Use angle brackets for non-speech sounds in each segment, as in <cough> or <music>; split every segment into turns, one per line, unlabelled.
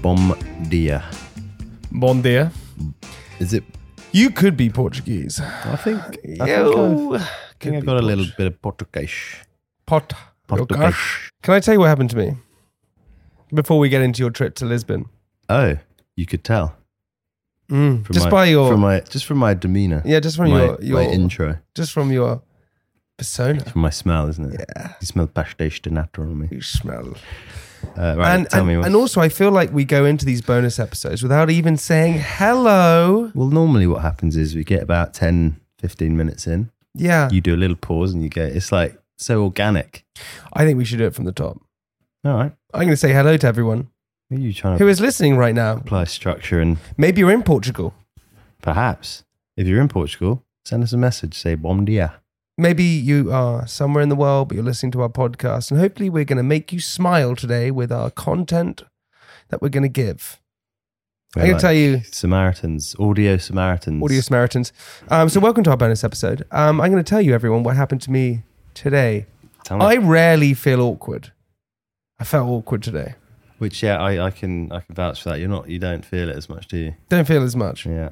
Bomdia.
Bon dia.
Is it?
You could be Portuguese.
I think. I think, I've,
Yo.
I think I've got a little bit of Portuguese.
Pot.
Portuguese.
Can I tell you what happened to me before we get into your trip to Lisbon?
Oh, you could tell.
Mm.
From
Just
my,
by your,
from my just from my demeanor.
yeah, just from
my,
your, your
my intro.
just from your persona.
From my smell, isn't it? Yeah. You smell pastéis de nata on me.
You smell.
Uh, right,
and
tell
and,
me. What,
and also, I feel like we go into these bonus episodes without even saying hello.
well, normally what happens is we get about 10, 15 minutes in.
Yeah,
You do a little pause and you go, it's like so organic.
I think we should do it from the top.
All right.
I'm going to say hello to everyone
Are you trying to
who is listening right now.
apply structure and
Maybe you're in Portugal.
perhaps if you're in Portugal, send us a message. Say bom dia.
Maybe you are somewhere in the world, but you're listening to our podcast, and hopefully, we're going to make you smile today with our content that we're going to give.
We're
I'm going
like
to tell you,
Samaritans, audio Samaritans.
Audio Samaritans. Um, so, welcome to our bonus episode. Um, I'm going to tell you, everyone, what happened to me today.
Tell me.
I rarely feel awkward. I felt awkward today.
Which yeah, I, I can I can vouch for that. You're not you don't feel it as much, do you?
Don't feel as much.
Yeah.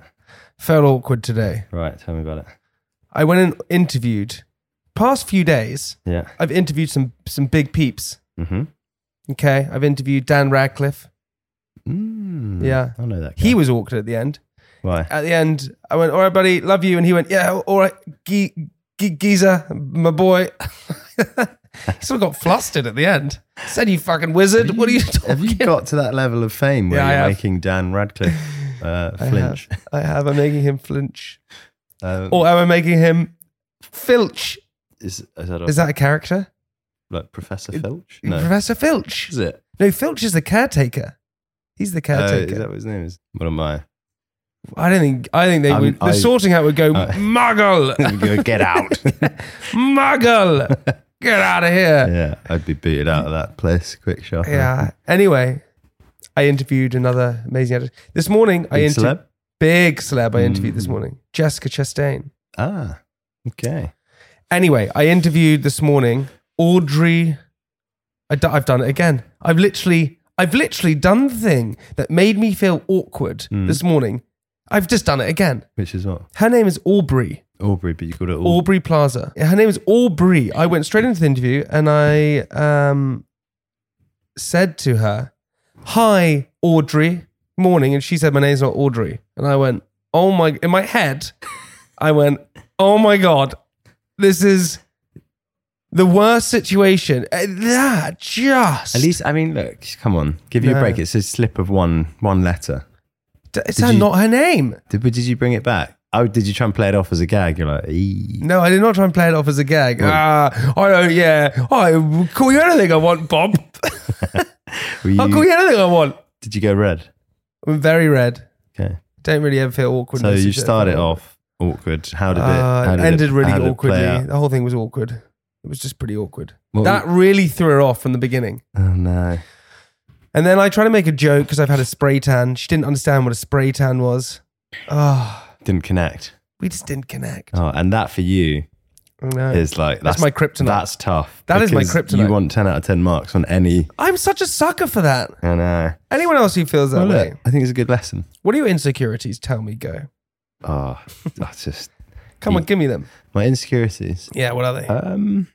Felt awkward today.
Right. Tell me about it.
I went and interviewed. Past few days,
Yeah.
I've interviewed some some big peeps.
Mm-hmm.
Okay, I've interviewed Dan Radcliffe.
Mm,
Yeah.
I know that. Guy.
He was awkward at the end.
Why?
at the end, I went, "All right, buddy, love you," and he went, "Yeah, all right, G- G- Giza, my boy." <laughs> he sort of got flustered at the end. Said, "You fucking wizard, what are you talking?"
Have you got to that level of fame where
Yeah, I
you're
have.
making Dan
<laughs>
Radcliffe uh,
I
flinch?
Have, I have. I'm making him flinch,
Uh,
or am I making him filch?
is, is that, a,
Is that a character?
like Professor Filch? No.
Professor Filch?
Is it?
No, Filch is the caretaker. He's the
Uh,
caretaker.
is that what his name is? What am
<laughs>
I?
I don't think. I think they
I'm-
would. The
I-
sorting hat would
<laughs>
go,
I-
Muggle,
Go, Get out.
Muggle, get out of here.
<laughs> yeah, I'd be booted out of that place quick shot.
Yeah. Anyway, I interviewed another amazing actress this morning. I
Big
inter-
celeb?
big celeb. I interviewed this
Mm.
morning, Jessica Chastain.
Ah, okay.
Anyway, I interviewed this morning Audrey. I d- I've done it again. I've literally, I've literally done the thing that made me feel awkward
Mm.
this morning. I've just done it again.
Which is what?
Her name is Aubrey.
Aubrey, but you called it Aubrey.
Aubrey Plaza. Her name is Aubrey. I went straight into the interview and I um, said to her, Hi, Audrey, morning. And she said, My name's not Audrey. And I went, Oh my, in my head, I went, Oh my God, this is the worst situation. Uh, That just.
At least, I mean, look, come on, give you
No.
a break. It's a slip of one one letter.
it's
did
her,
you-
not her name.
Did, but did you bring it back? Oh, did you try and play it off as a gag? You're like, "Ee."
No, I did not try and play it off as a gag. Ah, I don't, yeah. I will call you anything I
<laughs>
want, Bob.
Were
I'll
you-
call you anything I want.
did you go red?
I'm very red.
Okay,
Don't really ever feel awkward.
so
unless
you
do it
started
for-
off awkward. How did it?
Uh,
how
it
did
ended really
how did it play
awkwardly.
out?
The whole thing was awkward. It was just pretty awkward.
What
that really threw her off from the beginning.
Oh no!
And then I tried to make a joke because I've had a spray tan. She didn't understand what a spray tan was. Oh,
Didn't connect.
we just didn't connect.
Oh, and that for you
No.
is like that's,
That's my kryptonite.
That's tough.
That is my
because
kryptonite.
You want ten out of ten marks on any.
I'm such a sucker for that.
I know.
Anyone else who feels that
Well,
way?
look, I think it's a good lesson.
What are your insecurities? Tell me, go.
Oh, <laughs> that's just
Come on, give me them.
my insecurities.
Yeah, what are they?
Um,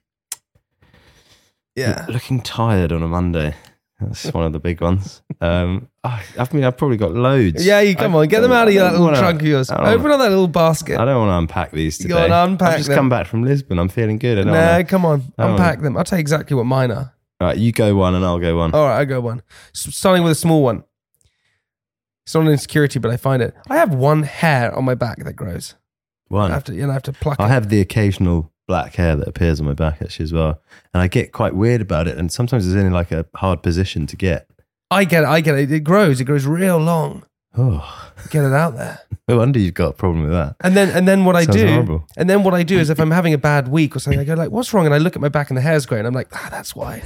<laughs>
Yeah.
Looking tired on a Monday. That's one of the big ones. Um, <laughs> I, I mean, I've probably got loads.
Yeah, you come
I-
on, get them out of
I
your that
don't
little
wanna-
trunk of yours.
I don't wanna-
Open up that little basket.
I don't want to unpack these today.
Go on, unpack
I've just
them.
come back from Lisbon. I'm feeling good. I don't
No,
wanna-
come on,
I don't
unpack them. I'll tell you exactly what mine are.
All right, you go one and I'll go one.
All right, I go one. S- Starting with a small one. It's not an insecurity, but I find it. I have one hair on my back that grows.
One.
I have to, you know, I have to pluck
I
it.
have the occasional black hair that appears on my back actually as well, and I get quite weird about it. And sometimes it's in like a hard position to get.
I get it. I get it. It grows. It grows real long.
Oh,
Get it out there.
no wonder you've got a problem with that. <laughs>
And then, and then what I
Sounds
do,
horrible.
and then what I do
<laughs>
is if I'm having a bad week or something, I go like, "What's wrong?" And I look at my back and the hair's growing. I'm like, "Ah, that's why."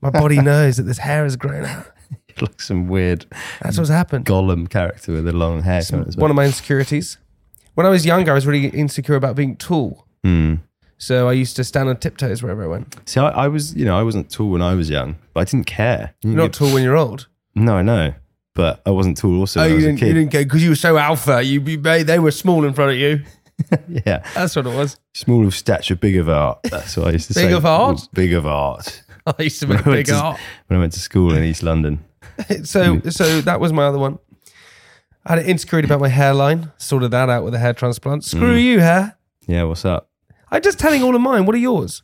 My
<laughs>
body knows that this hair has grown out.
You're like some weird
That's what's happened.
golem character with a long hair. coming as well.
One of my insecurities. When I was younger, I was really insecure about being tall.
Hmm.
So I used to stand on tiptoes wherever I went.
See, I, I was, you know, I wasn't tall when I was young, but I didn't care. You
You're
know,
not tall when you're old.
No, I know. but I wasn't tall also
oh,
when I
you
was a
didn't, you
kid.
didn't go because you were so alpha. You, you they they were small in front of you.
yeah.
That's what it was. <laughs>
Small of stature, big of art. That's what I used to
Big
say.
of art?
Oh, Big of art.
I used to make
When I
big
went to-
art.
When I went to school in East London.
<laughs> So
Mm.
so that was my other one. I had an insecurity about my hairline. Sorted that out with a hair transplant.
Mm.
Screw you, hair.
Yeah, what's up?
I'm just telling all of mine. What are yours?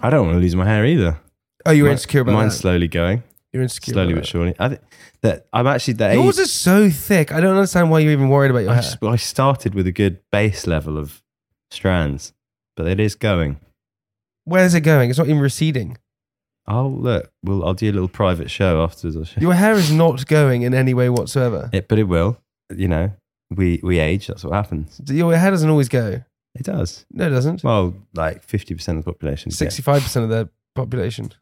I don't want to lose my hair either.
Oh, you're
Mi-
insecure about
Mine's
that.
slowly going,
You're insecure.
slowly
about
but surely. I th- that I'm actually that
that.
age.
Yours is so thick. I don't understand why you're even worried about your
I,
hair.
just, I started with a good base level of strands, but it is going.
Where's it going? It's not even receding.
Oh look, we'll I'll do a little private show afterwards. <laughs> I'll show you.
Your hair is not going in any way whatsoever.
It, but it will. You know, we we age. That's what happens.
Your hair doesn't always go.
It does.
No, it doesn't.
Well, like fifty percent of the population. get-
Sixty-five percent of the population.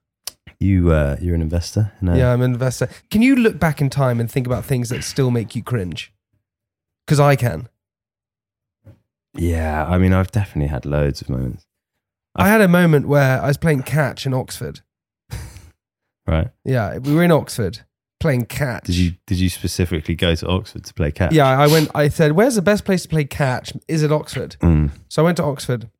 You uh, you're an investor. No.
Yeah, I'm an investor. Can you look back in time and think about things that still make you cringe? Because I can.
Yeah. I mean, I've definitely had loads of moments.
I had a moment where I was playing catch in Oxford.
Right.
Yeah, we were in Oxford playing catch.
Did you did you specifically go to Oxford to play catch?
Yeah, I went. I said, "Where's the best place to play catch? Is it Oxford?"
Mm.
So I went to Oxford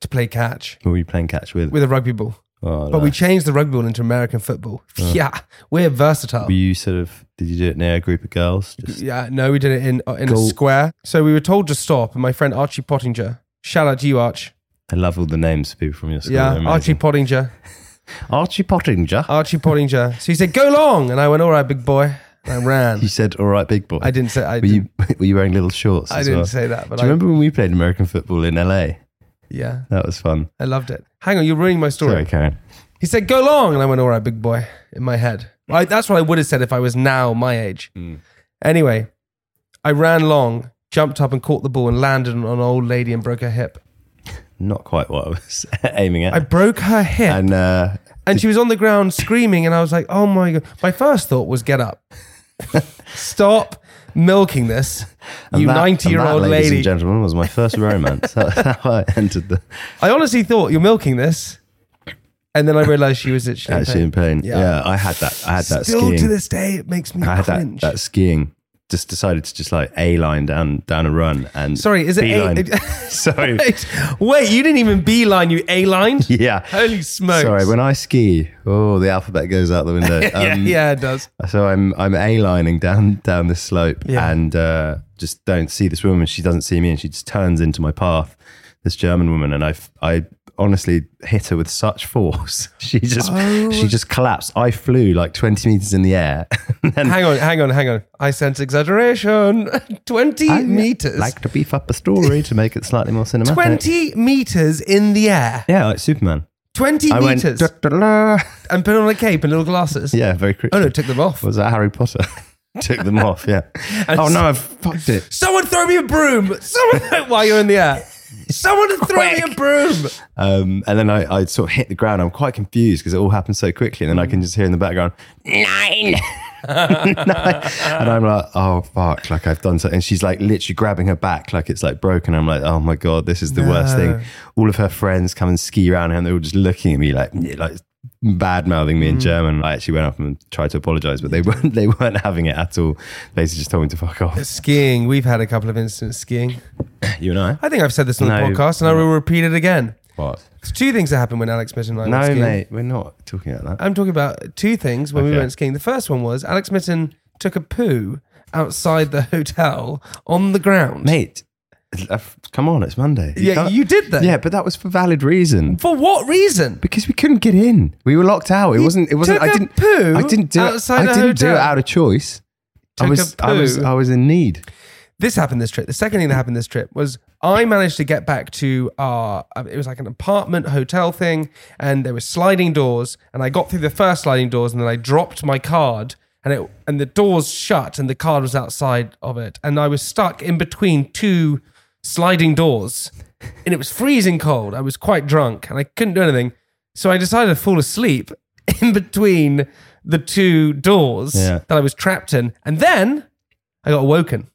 to play catch
Who were you playing catch with?
with a rugby ball,
Oh,
but we
nice.
changed the rugby ball into American football.
Oh.
<laughs> Yeah, we're versatile.
were you sort of did you do it near a group of girls? Just
Yeah, no, we did it in uh, in
Go-
a square. So we were told to stop, and my friend Archie Pottinger, shout out to you, Arch.
I love all the names of people from your school.
yeah,
They're
Archie Uh,
amazing.
Pottinger,
Archie Pottinger.
Archie Pottinger. So he said, "Go long," and I went, "All right, big boy." And I ran.
<laughs> You said, "All right, big boy."
I didn't say. I
were
didn't,
you <laughs> were you wearing little shorts?
I
as
didn't
well?
say that, but
Do
I
you remember when we played American football in LA?
yeah,
That was fun.
I loved it. Hang on, you're ruining my story.
Sorry, Karen.
He said, "Go long," and I went, "All right, big boy." In my head, I, that's what I would have said if I was now my age.
Mm.
Anyway, I ran long, jumped up and caught the ball and landed on an old lady and broke her hip.
Not quite what I was <laughs> aiming at.
I broke her hip.
and uh,
And she was on the ground screaming, and I was like, oh my God. My first thought was, get up. Stop milking this,
and
you
that-
90
and
year
that,
old
ladies and
lady.
gentlemen, was my first
<laughs>
romance. That's how I entered the
I honestly thought, you're milking this. And then I realized she was actually.
<laughs>
in
actually
pain.
in pain.
Yeah.
Yeah. I had that. I had that
Still
skiing.
to this day, it makes me
I had that,
cringe.
that skiing. Just decided to just like a line down down a run and
Sorry, is it
beeline.
<laughs> A-
Sorry,
Wait, wait, you didn't even beeline, you A lined?
yeah.
Holy smokes.
Sorry, when I ski, oh, the alphabet goes out the window.
<laughs> yeah,
Um,
yeah, it does.
So I'm I'm a lining down <laughs> down this slope
Yeah.
and uh, just don't see this woman. She doesn't see me, and she just turns into my path. This German woman, and I I honestly hit her with such force. <laughs> She just
Oh.
she just collapsed. I flew like twenty meters in the air. <laughs> and then
Hang on, hang on, hang on. I sense exaggeration. <laughs> 20
I
meters.
Like to beef up a story to make it slightly more cinematic.
20 meters in the air.
Yeah, like Superman.
20
I went.
meters. <laughs>
"Da-da-da."
and put on a cape and little glasses.
Yeah, very quickly.
Oh no, took them off.
Was that Harry Potter? <laughs> Took them off.
<laughs>
Yeah. oh no, I've fucked it.
Someone throw me a broom. Someone <laughs> while you're in the air. Someone
<laughs>
throw me a broom.
Um, and then I, I sort of hit the ground. I'm quite confused because it all happened so quickly. And then I can just hear in the background, nine. <laughs> Nine. And I'm like, oh, fuck. Like I've done something. And she's like literally grabbing her back like it's like broken. I'm like, oh my God, this is the worst
No.
thing. All of her friends come and ski around her and they're all just looking at me like, like bad mouthing me in German. I actually went up and tried to apologize, but they weren't, <laughs> they weren't having it at all. They just told me to fuck off.
Skiing. We've had a couple of incidents skiing.
<laughs> You and I?
I think I've said this on
No.
the podcast, and I will repeat it again.
What?
There's two things that happened when Alex Mitten and I
No,
went skiing.
mate, we're not talking about that.
I'm talking about two things when we
Okay.
went skiing. The first one was Alex Mitten took a poo outside the hotel on the ground.
Mate, I've- come on, it's Monday. You
yeah,
can't-
you did that.
Yeah, but that was for valid reason.
For what reason?
Because we couldn't get in. We were locked out. It wasn't it wasn't
took
I
a
didn't
poo
I didn't do it.
outside
I
a
didn't do it
hotel.
out of choice.
Took
I was
a
I was
poo.
I was in need.
this happened this trip. The second thing that happened this trip was I managed to get back to our. uh, It was like an apartment hotel thing, and there were sliding doors, and I got through the first sliding doors, and then I dropped my card, and it and the doors shut, and the card was outside of it, and I was stuck in between two sliding doors, and it was freezing cold. I was quite drunk, and I couldn't do anything, so I decided to fall asleep <laughs> in between the two doors
Yeah.
that I was trapped in, and then I got awoken.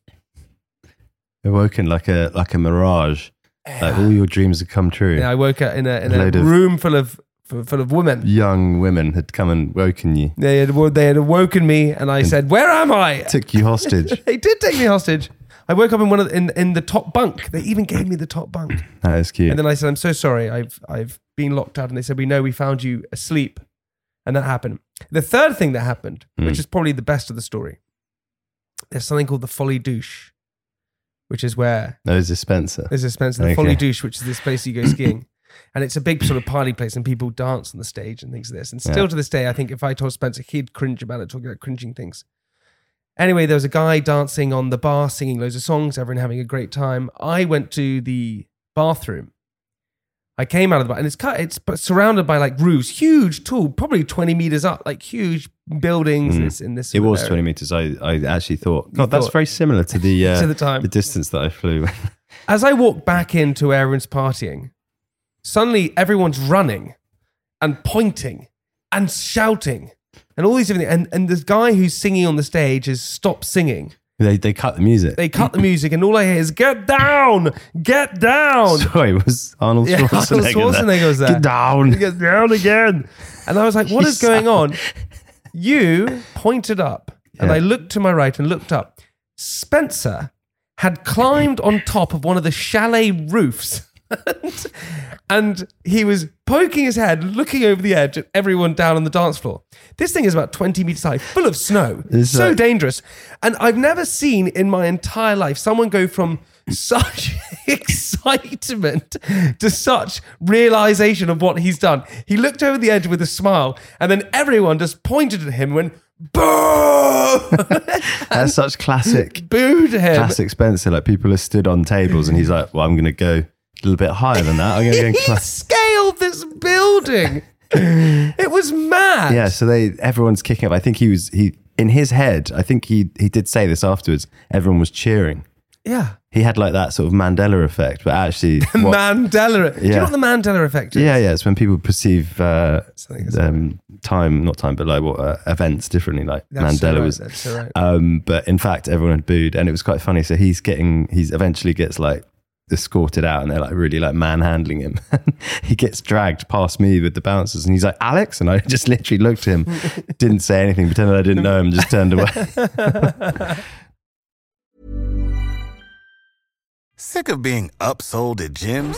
Awoken like a like a mirage. Like all your dreams have come true.
Yeah, I woke up in a, in a
Load of-
room full of f- full of women.
Young women had come and woken you,
They had wo- they had awoken me, and I said, "Where am I?"
took you
<laughs>
hostage.
They did take me hostage. I woke up in one of the, in in the top bunk. They even gave me the top bunk,
That is cute.
and then I said, "I'm so sorry. I've I've been locked out." And they said, "We know we found you asleep," and that happened. The third thing that happened,
Hmm.
which is probably the best of the story, there's something called the Folly Douche, which is where
That is a Spencer.
there's this place, the
Okay.
Folly Douche, which is this place
<coughs>
you go skiing. And it's a big sort of party place, and people dance on the stage and things like this. And still
Yeah.
to this day, I think if I told Spencer, he'd cringe about it, talking about cringing things. Anyway, there was a guy dancing on the bar, singing loads of songs, everyone having a great time. I went to the bathroom. I came out of the bar, and it's cut, it's surrounded by like roofs, huge, tall, probably 20 meters up, like huge buildings.
Mm.
and It's in this.
It
sort of
was
area.
20 meters. I, I actually thought, God, that's
thought-
very similar to the uh,
<laughs> To the time.
the distance that I flew.
As I walk back into everyone's partying, suddenly everyone's running and pointing and shouting and all these different things. And, and this guy who's singing on the stage has stopped singing.
<laughs> they, they cut the music.
They cut the music, and all I hear is, Get down! Get
<laughs>
down!
Sorry, it was Arnold
Yeah, Arnold
Schwarzenegger.
Schwarzenegger was there.
Get
<laughs>
down.
Get down again! And I was like, What is going on? You pointed up, and
Yeah.
I looked to my right and looked up. Spencer had climbed on top of one of the chalet roofs. <laughs> and, and he was poking his head, looking over the edge at everyone down on the dance floor. This thing is about 20 meters high, full of snow.
It's
so
like-
dangerous. And I've never seen in my entire life someone go from such <laughs> excitement to such realization of what he's done. He looked over the edge with a smile, and then everyone just pointed at him and went, Boo! <laughs>
That's such classic,
booed him.
classic Spencer. Like people are stood on tables and he's like, well, I'm going to go a little bit higher than that. I'm going to go and
He
climb.
<laughs> scaled this building.
<laughs>
it was mad.
Yeah, so they everyone's kicking up. I think he was he in his head. I think he he did say this afterwards. Everyone was cheering.
Yeah.
He had like that sort of Mandela effect, but
<laughs>
actually, what-
Mandela. e- Do you
Yeah.
know what the Mandela effect is?
yeah, yeah, it's when people perceive uh,
Something is-
um, time, not time, but like what uh, events differently. Like
That's so
Mandela
right,
was.
That's so right.
Um, but in fact, everyone had booed, and it was quite funny. So he's getting, he's eventually gets like escorted out, and they're like really like manhandling him. <laughs> he gets dragged past me with the bouncers, and he's like Alex, and I <laughs> just literally looked
<laughs>
at him, didn't say anything, pretended I didn't know him, just turned away.
Sick of being upsold at gyms?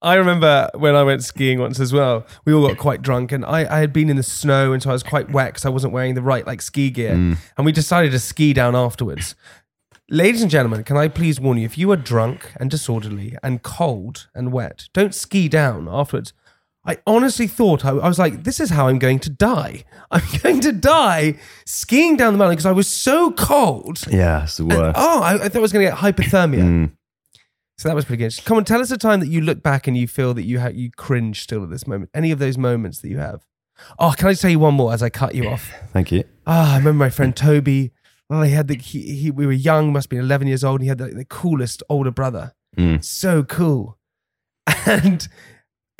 I remember when I went skiing once as well. We all got quite drunk, and I, I had been in the snow, and so I was quite wet because I wasn't wearing the right like ski gear. And we decided to ski down afterwards. Ladies and gentlemen, can I please warn you if you are drunk and disorderly and cold and wet, don't ski down afterwards. I honestly thought, I, I was like, this is how I'm going to die. <laughs> I'm going to die skiing down the mountain because I was so cold.
yeah, it's the worst. Mm,
Oh, I, I thought I was going to get hypothermia. So that was pretty good. Come on, tell us a time that you look back and you feel that you ha- you cringe still at this moment. Any of those moments that you have. Oh, can I just tell you one more as I cut you off?
Thank you.
Ah, I remember my friend Toby. Oh, he had the he, he we were young, must have been eleven years old, and he had the, the coolest older brother.
Mm.
So cool. <laughs> And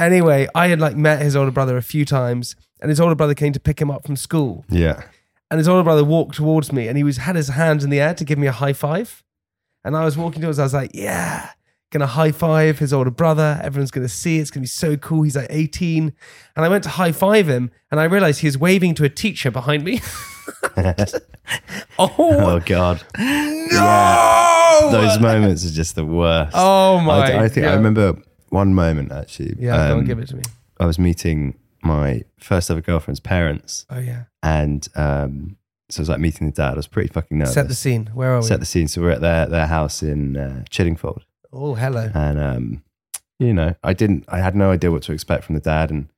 anyway, I had like met his older brother a few times, and his older brother came to pick him up from school
Yeah,
and his older brother walked towards me and he was had his hand in the air to give me a high five. And I was walking towards, I was like, yeah, gonna high five his older brother. Everyone's gonna see, it's gonna be so cool. He's like 18. And I went to high five him and I realized he was waving to a teacher behind
<laughs>
me. <laughs>
Oh
oh,
God.
no!
Those moments are just the worst.
Oh my
I, I think I
God.
remember one moment actually.
Yeah, go
um,
and give it to me.
I was meeting my first ever girlfriend's parents,
Oh yeah.
and um, so it was like meeting the dad. I was pretty fucking nervous.
Set the scene. Where are we?
uh, Set the scene. So we're at their their house in uh, Chiddingfold,
oh, hello.
and um, you know, I didn't, I had no idea what to expect from the dad, and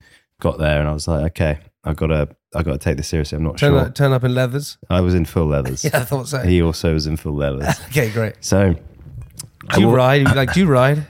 got there, and I was like, okay, I gotta, I gotta take this seriously. I'm not
Turn,
sure.
up, turn up in leathers. <laughs>
I was in full leathers.
Yeah, I thought so. <laughs>
He also was in full leathers.
Okay, great.
so <laughs>
Do you ride? Like, do you ride?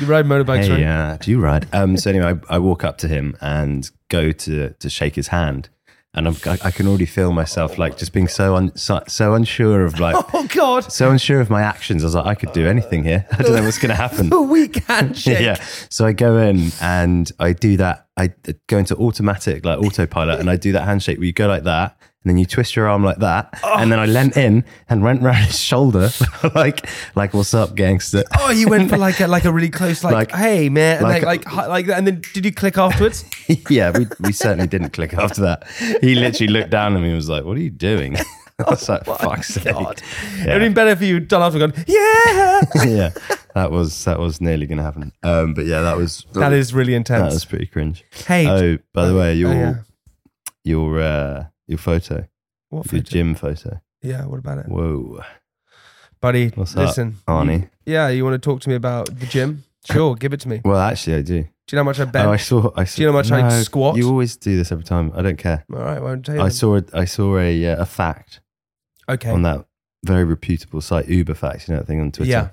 You ride motorbikes, right?
Hey, uh, do you ride? Um, so anyway, I, I walk up to him and go to to shake his hand, and I'm, I, I can already feel myself like just being so un, so, so unsure of like
Oh God,
so unsure of my actions. I was like, I could do anything here. <laughs> I don't know what's going to
<laughs>
happen.
a weak
<laughs>
handshake.
yeah. So I go in and I do that. I go into automatic, like autopilot, and I do that handshake where you go like that. And then you twist your arm like that, and then I
Oh.
leant in and went round his shoulder, <laughs> like, like what's up, gangster? <laughs>
Oh, you went for like a, like a really close like,
Like-
hey man, and like
like-
like, hi- like that, and then did you click afterwards?
yeah, we, we certainly didn't click after that. He literally looked down at me and was like, What are you doing? <laughs> I was like,
Oh
Fuck's sake.
It would
<laughs>
have
Yeah.
been better if you had done after and gone, yeah.
<laughs> yeah. That was that was nearly gonna happen. Um but yeah, that was
that is really
that
intense.
was pretty cringe.
hey,
Oh, by the way, your
yeah.
your uh your photo,
what
your
photo?
gym photo.
Yeah, what about it,
Whoa.
buddy?
What's up,
listen,
Arnie.
yeah, you want to talk to me about the gym? Sure, give it to me. Do
Well actually I do.
you know how much I bet?
Oh, I saw I saw
you know how much I
No,
squat?
You always do this every time. I don't care.
All right, won't tell you.
I
then.
saw a, I saw a uh, a fact
okay,
on that very reputable site Uber Facts, you know that thing on Twitter.
yeah,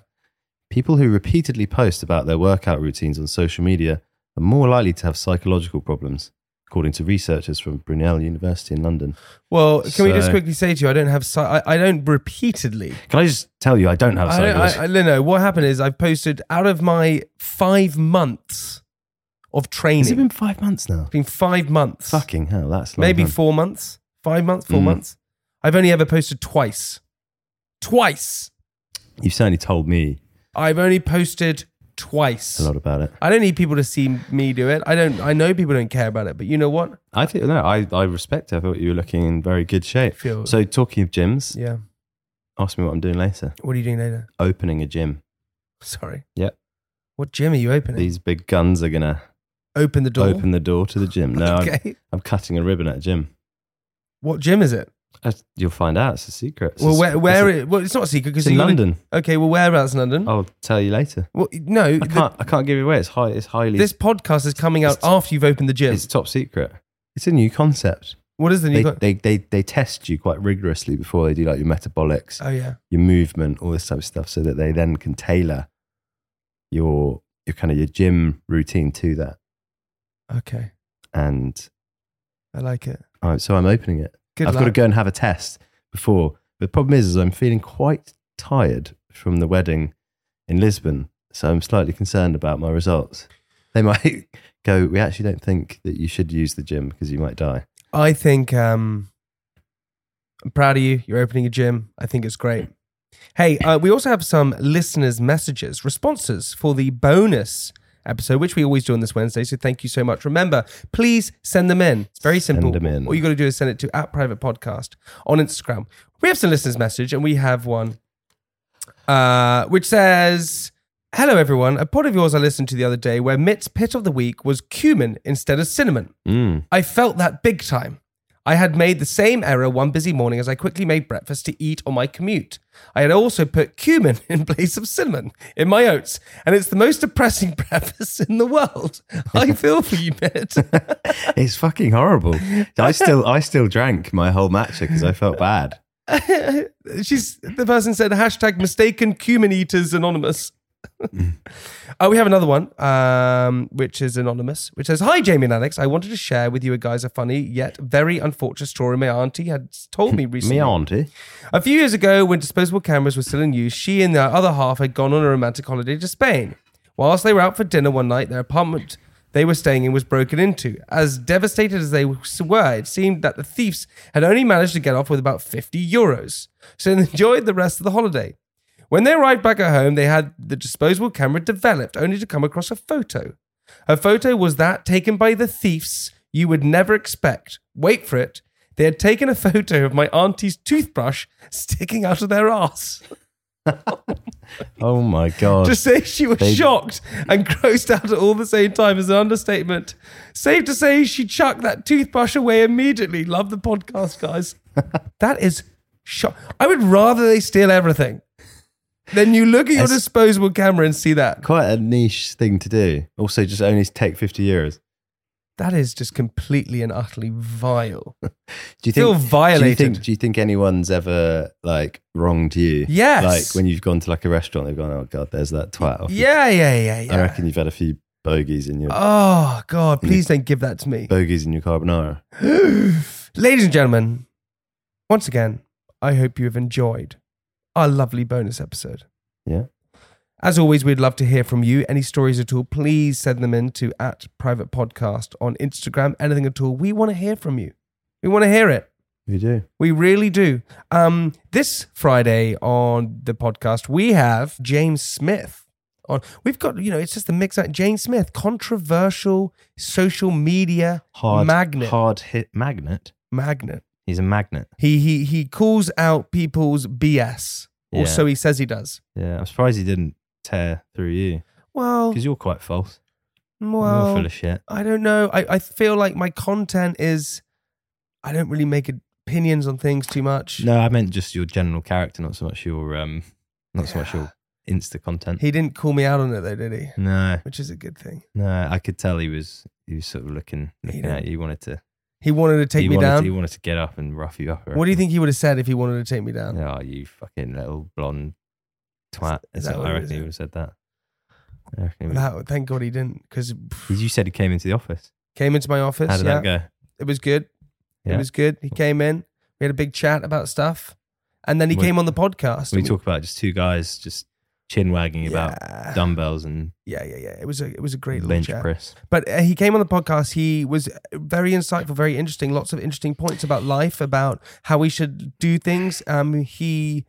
People who repeatedly post about their workout routines on social media are more likely to have psychological problems, according to researchers from Brunel University in London.
Well, can we just
So-
quickly say to you, I don't have, si- I, I don't repeatedly.
Can I just tell you, I don't have
I don't, I,
psychological.
I don't know. What happened is I've posted out of my five months of training.
Has it been five months now?
It's been five months.
Fucking hell, that's a long
Maybe
time.
four months. Five months, four
Mm.
months. I've only ever posted twice. Twice.
You've certainly told me
I've only posted twice.
a lot about it.
I don't need people to see me do it. I don't I know people don't care about it, but you know what?
I think no, I, I respect. it. I thought you were looking in very good shape.
Feel-
So talking of gyms,
Yeah.
ask me what I'm doing later.
What are you doing later?
Opening a gym.
Sorry.
Yep.
What gym are you opening?
These big guns are gonna
Open the door.
open the door to the gym. No, I'm-
<laughs> okay.
I'm cutting a ribbon at a gym.
What gym is it?
That's- You'll find out. It's a secret. It's
well,
a-
where, where
it's,
it, well, it's not a secret
it's
because
in London?
okay, well, whereabouts in London?
I'll tell you later.
Well, no,
I
the-
can't. I can't give it away. It's high. It's highly.
this podcast is coming out
It's-
after you've opened the gym.
it's top secret. It's a new concept.
What is the new?
They,
co-
they they they test you quite rigorously before they do like your metabolics,
oh yeah,
your movement, all this type of stuff, so that they then can tailor your your kind of your gym routine to that.
okay,
And
I like it.
all right, so I'm opening it.
Good
I've
luck.
got to go and have a test before. The problem is, is I'm feeling quite tired from the wedding in Lisbon, so I'm slightly concerned about my results. They <laughs> might go, we actually don't think that you should use the gym because you might die.
I think um, I'm proud of you. You're opening a gym. I think it's great. Hey, uh, we also have some listeners' messages, responses for the bonus episode, which we always do on this Wednesday. So thank you so much. Remember, please send them in. It's very simple.
them in.
All you got to do is send it to at private podcast on Instagram. We have some listeners' message, and we have one uh, which says, Hello, everyone. A pod of yours I listened to the other day where Mitt's pit of the week was cumin instead of cinnamon. I felt that big time. I had made the same error one busy morning as I quickly made breakfast to eat on my commute. I had also put cumin <laughs> in place of cinnamon in my oats, and it's the most depressing <laughs> breakfast in the world. I feel for you, Mitt.
It's fucking horrible. I still, I still drank my whole matcha because I felt
<laughs>
bad.
<laughs> She's the person said hashtag mistaken cumin eaters anonymous. <laughs> uh, we have another one, um, which is anonymous, which says, "Hi Jamie and Alex, I wanted to share with you guys a funny yet very unfortunate story my auntie had told me recently.
Me auntie.
A few years ago, when disposable cameras were still in use, she and their other half had gone on a romantic holiday to Spain. Whilst they were out for dinner one night, their apartment they were staying in was broken into. As devastated as they were, it seemed that the thieves had only managed to get off with about 50 euros. So they <laughs> enjoyed the rest of the holiday. When they arrived back at home, they had the disposable camera developed, only to come across a photo. Her photo was that taken by the thieves you would never expect. Wait for it. They had taken a photo of my auntie's toothbrush sticking out of their ass.
Oh my god.
To say she was
They-
shocked and grossed out at all the same time is an understatement. Safe to say she chucked that toothbrush away immediately. Love the
<laughs>
podcast, guys. that is shock. I would rather they steal everything than you look at your
It's-
disposable camera and see that.
Quite a niche thing to do. Also, just only take fifty euros.
That is just completely and utterly vile.
Do you
Feel
think
violated.
Do you think, do you think anyone's ever like wronged you?
Yes.
Like when you've gone to like a restaurant, they've gone, "Oh God, there's that twat." off you."
yeah, yeah, yeah, yeah.
I reckon you've had a few bogeys in your
Oh God! Please don't give that to me,
bogeys in your carbonara.
<gasps> ladies and gentlemen. Once again, I hope you have enjoyed our lovely bonus episode.
Yeah.
As always, we'd love to hear from you. Any stories at all, please send them in to at private podcast on Instagram. Anything at all, we want to hear from you. We want to hear it.
You do.
We really do. Um, this Friday on the podcast, we have James Smith. On we've got you know it's just the mix up. James Smith, controversial social media
Hard
magnet.
Hard hit magnet.
Magnet.
He's a magnet.
He he he calls out people's BS, or
Yeah.
so he says he does.
Yeah, I'm surprised he didn't tear through you
Well,
because you're quite false.
Oh. well,
you're full of shit.
I don't know. I, I feel like my content is, I don't really make opinions on things too much.
No, I meant just your general character, not so much your um, not so much
<sighs>
your Insta content.
He didn't call me out on it though, did he?
no,
Which is a good thing.
no, I could tell he was he was sort of looking looking
didn't-
at you. He wanted to
He wanted to take
he
me
wanted
down.
To, he wanted to get up and rough you up. I
What do you
reckon.
think he would have said if he wanted to take me down?
Oh, you fucking little blonde twat.
is
Is
that
that-
what
I
it
reckon
is?
he would have said that. I reckon he would-
That- thank God he didn't, because
'Cause you said he came into the office.
came into my office.
How did
yeah,
that go?
it was good. It
Yeah.
was good. He came in. We had a big chat about stuff, and then he
We-
came on the podcast.
We
and
talk about just two guys just chin wagging
Yeah.
about dumbbells and
Yeah, yeah, yeah. It was a it was a great little
bench
chat.
press.
But uh, he came on the podcast. He was uh, very insightful, very interesting. Lots of interesting points about life, about how we should do things. Um, he,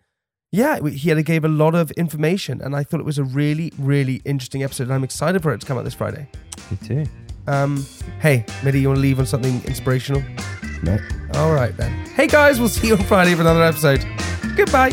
yeah, he had, gave a lot of information, and I thought it was a really, really interesting episode. And I'm excited for it to come out this Friday.
Me too.
Um, hey, Mitty, you want to leave on something inspirational?
No.
All right, then. Hey, guys, we'll see you on Friday for another episode. Goodbye.